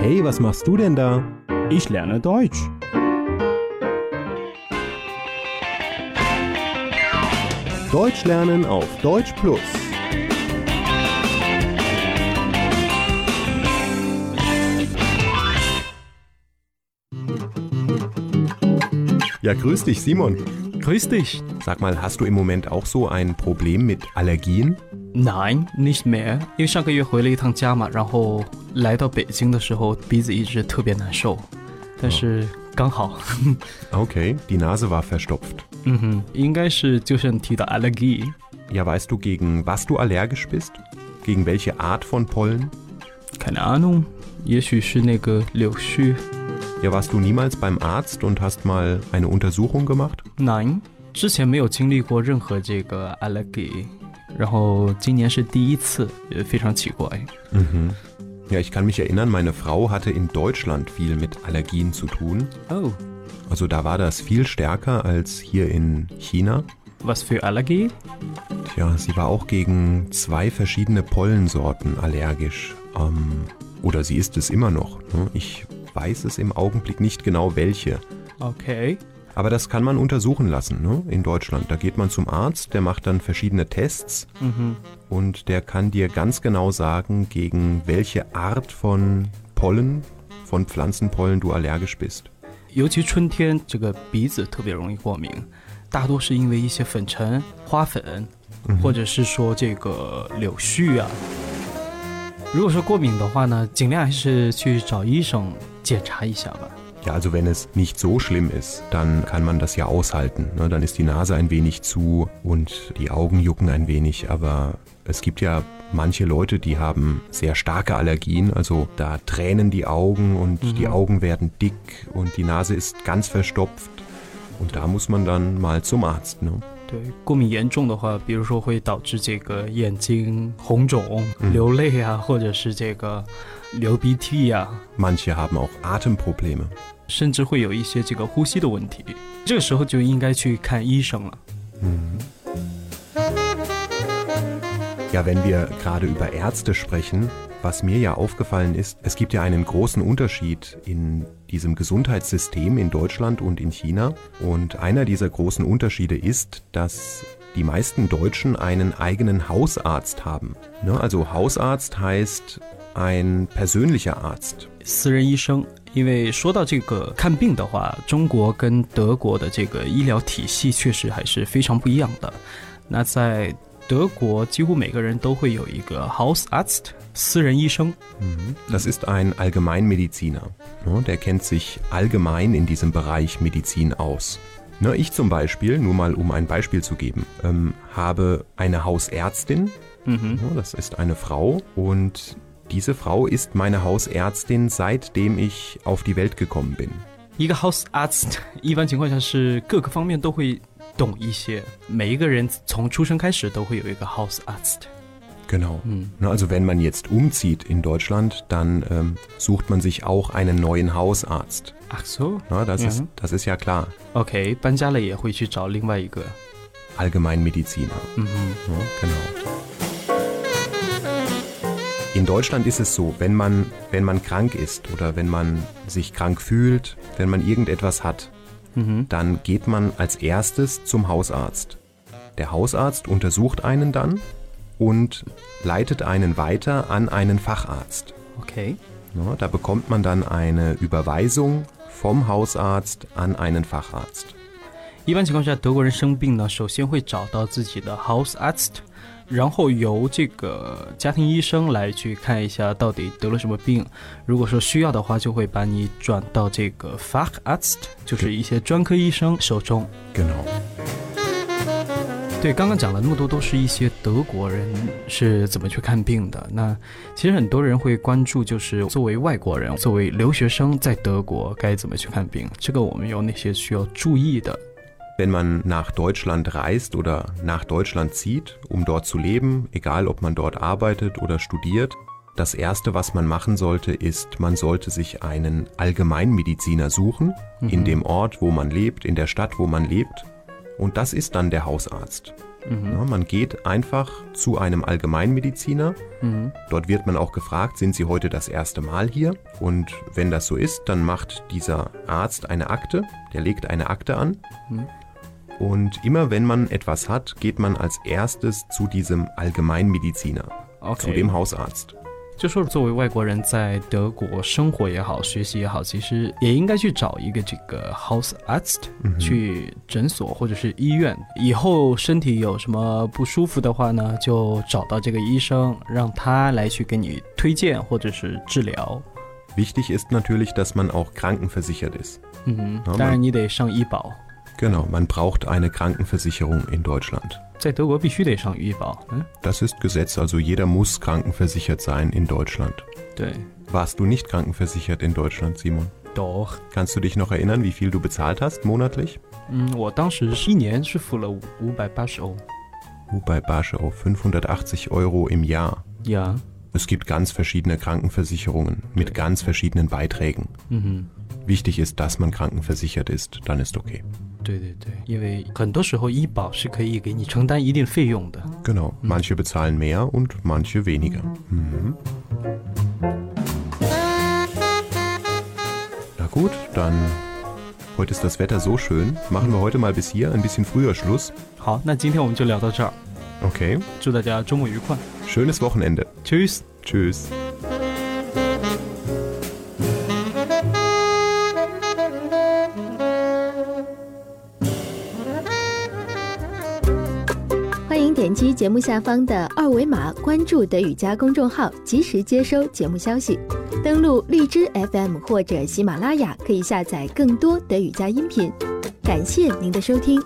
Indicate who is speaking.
Speaker 1: Hey, was machst du denn da?
Speaker 2: Ich lerne Deutsch.
Speaker 1: Deutsch lernen auf Deutsch Plus. Ja, grüß dich, Simon.
Speaker 2: Grüß dich.
Speaker 1: Sag mal, hast du im Moment auch so ein Problem mit Allergien?
Speaker 2: Nein, nicht mehr，因为上个月回了一趟家嘛，然后来到北京的时候，鼻子一直特别难受，但是刚好，
Speaker 1: Okay, die Nase war verstopft.
Speaker 2: 嗯哼，应该是就像提到 allergy，
Speaker 1: Ja, weißt du, gegen was du allergisch bist? Gegen welche Art von Pollen?
Speaker 2: keine Ahnung，也许是那个柳絮。
Speaker 1: Ja, warst du niemals beim Arzt und hast mal eine Untersuchung gemacht?
Speaker 2: Nein，之前没有经历过任何这个 allergy，然后今年是第一次，也非常奇怪。
Speaker 1: Mhm. Ja, ich kann mich erinnern, meine Frau hatte in Deutschland viel mit Allergien zu tun.
Speaker 2: Oh,
Speaker 1: Also da war das viel stärker als hier in China.
Speaker 2: was für allergy？
Speaker 1: Tja, sie war auch gegen zwei verschiedene Pollensorten allergisch. Ähm, oder sie ist es immer noch. Ne? Ich weiß es im Augenblick nicht genau welche.
Speaker 2: OK，
Speaker 1: Aber das kann man untersuchen lassen ne? in Deutschland. Da geht man zum Arzt, der macht dann verschiedene Tests
Speaker 2: 嗯哼，
Speaker 1: und der kann dir ganz genau sagen, gegen welche Art von Pollen, von Pflanzenpollen du allergisch bist.
Speaker 2: 尤其春天，这个鼻子特别容易过敏，大多是因为一些粉尘、花粉，或者是说这个柳絮啊。如果说过敏的话呢，尽量还是去找医生检查一下吧。
Speaker 1: Ja, also wenn es nicht so schlimm ist, dann kann man das ja aushalten. Ne? Dann ist die Nase ein wenig zu und die Augen jucken ein wenig. Aber es gibt ja manche Leute, die haben sehr starke Allergien. Also da tränen die Augen und die Augen werden dick und die Nase ist ganz verstopft. Und da muss man dann mal zum Arzt. Ne?
Speaker 2: 对，过敏严重的话，比如说会导致这个眼睛红肿、流泪啊，或者是这个流鼻涕呀、
Speaker 1: Manche haben auch Atemprobleme.
Speaker 2: 甚至会有一些这个呼吸的问题。这个时候就应该去看医生了。
Speaker 1: Ja, wenn wir gerade über Ärzte sprechen, was mir ja aufgefallen ist, es gibt ja einen großen Unterschied in diesem Gesundheitssystem in Deutschland und in China. Und einer dieser großen Unterschiede ist, dass die meisten Deutschen einen eigenen Hausarzt haben. Ne? Also Hausarzt heißt ein persönlicher Arzt.
Speaker 2: 私人医生。因为说到这个看病的话，中国跟德国的这个医疗体系确实还是非常不一样的。那在德国，几乎每个人都会有一个 Hausarzt 私人医生。
Speaker 1: Das ist ein Allgemeinmediziner. Ne? Der kennt sich allgemein in diesem Bereich Medizin aus. Ne, ich zum Beispiel, nur mal um ein Beispiel zu geben, ähm, habe eine Hausärztin. Ne, Das ist eine Frau und diese Frau ist meine Hausärztin, seitdem ich auf die Welt gekommen bin.
Speaker 2: 一个 Hausarzt 一般情况下是各个方面都会懂一些，每一个人从出生开始都会有一个 Hausarzt。
Speaker 1: Genau. Ne, Also wenn man jetzt umzieht in Deutschland, dann ähm, sucht man sich auch einen neuen Hausarzt.
Speaker 2: Ah so,
Speaker 1: Ne, Das,
Speaker 2: Ja.
Speaker 1: ist, das ist ja klar.
Speaker 2: OK，搬家了也会去找另外一个。
Speaker 1: Allgemeinmediziner. Ja, genau. In Deutschland ist es so, wenn man, wenn man krank ist oder wenn man sich krank fühlt, wenn man irgendetwas hat, dann geht man als erstes zum Hausarzt. Der Hausarzt untersucht einen dann und leitet einen weiter an einen Facharzt.
Speaker 2: OK，
Speaker 1: Ja, da bekommt man dann eine Überweisung vom Hausarzt an einen Facharzt.
Speaker 2: 一般情况下，德国人生病呢，首先会找到自己的 Hausarzt，然后由这个家庭医生来去看一下到底得了什么病。如果说需要的话，就会把你转到这个 Facharzt，就是一些专科医生手中。
Speaker 1: Genau.
Speaker 2: 对，刚刚讲了那么多，都是一些德国人是怎么去看病的。那其实很多人会关注，就是作为外国人，作为留学生在德国该怎么去看病，这个我们有哪些需要注意的？
Speaker 1: Wenn man nach Deutschland reist oder nach Deutschland zieht, um dort zu leben, egal ob man dort arbeitet oder studiert, das Erste, was man machen sollte, ist, man sollte sich einen Allgemeinmediziner suchen,
Speaker 2: Mhm.
Speaker 1: in dem Ort, wo man lebt, in der Stadt, wo man lebt. Und das ist dann der Hausarzt. Ja,
Speaker 2: Mhm
Speaker 1: man geht einfach zu einem Allgemeinmediziner.
Speaker 2: mhm
Speaker 1: Dort wird man auch gefragt, sind Sie heute das erste Mal hier? Und wenn das so ist, dann macht dieser Arzt eine Akte, der legt eine Akte an.
Speaker 2: Mhm.
Speaker 1: Und immer wenn man etwas hat, geht man als erstes zu diesem Allgemeinmediziner, zu
Speaker 2: ，OK，
Speaker 1: dem Hausarzt.
Speaker 2: 就说作为外国人在德国生活也好，学习也好，其实也应该去找一个这个 house artist，、去诊所或者是医院。以后身体有什么不舒服的话呢，就找到这个医生，让他来去给你推荐或者是治疗。
Speaker 1: Wichtig ist natürlich, dass man auch krankenversichert ist.
Speaker 2: 嗯
Speaker 1: 好，
Speaker 2: 当
Speaker 1: 那
Speaker 2: 然你得上医保，
Speaker 1: Genau, man braucht eine Krankenversicherung in Deutschland.
Speaker 2: 在德国必须得上医保。嗯，
Speaker 1: Das ist Gesetz, also jeder muss krankenversichert sein in Deutschland.
Speaker 2: 对
Speaker 1: Warst du nicht krankenversichert in Deutschland, Simon?
Speaker 2: ，doch，
Speaker 1: Kannst du dich noch erinnern, wie viel du bezahlt hast monatlich?
Speaker 2: 嗯，我当时一年是付了五五百八十欧
Speaker 1: Wobei Oh, Barsche auf 580 Euro im Jahr.
Speaker 2: 呀，
Speaker 1: Es gibt ganz verschiedene Krankenversicherungen mit ganz verschiedenen Beiträgen.
Speaker 2: 嗯哼。
Speaker 1: Wichtig ist, dass man krankenversichert ist, dann ist okay.
Speaker 2: 对对对，因为很多时候医保是可以给你承担一定费用的。
Speaker 1: Genau, manche bezahlen mehr und manche weniger. Mhm. Na gut, dann. Heute ist das Wetter so schön. Machen wir heute mal bis hier ein bisschen früher Schluss.
Speaker 2: 好，那今天我们就聊到这儿，
Speaker 1: Okay.
Speaker 2: 祝大家周末愉快
Speaker 1: Schönes Wochenende.
Speaker 2: ，Cheers。
Speaker 1: Tschüss.
Speaker 3: Cheers 欢迎点击节目下方的二维码关注德语家公众号，及时接收节目消息。登录荔枝 FM 或者喜马拉雅，可以下载更多德语家音频。感谢您的收听。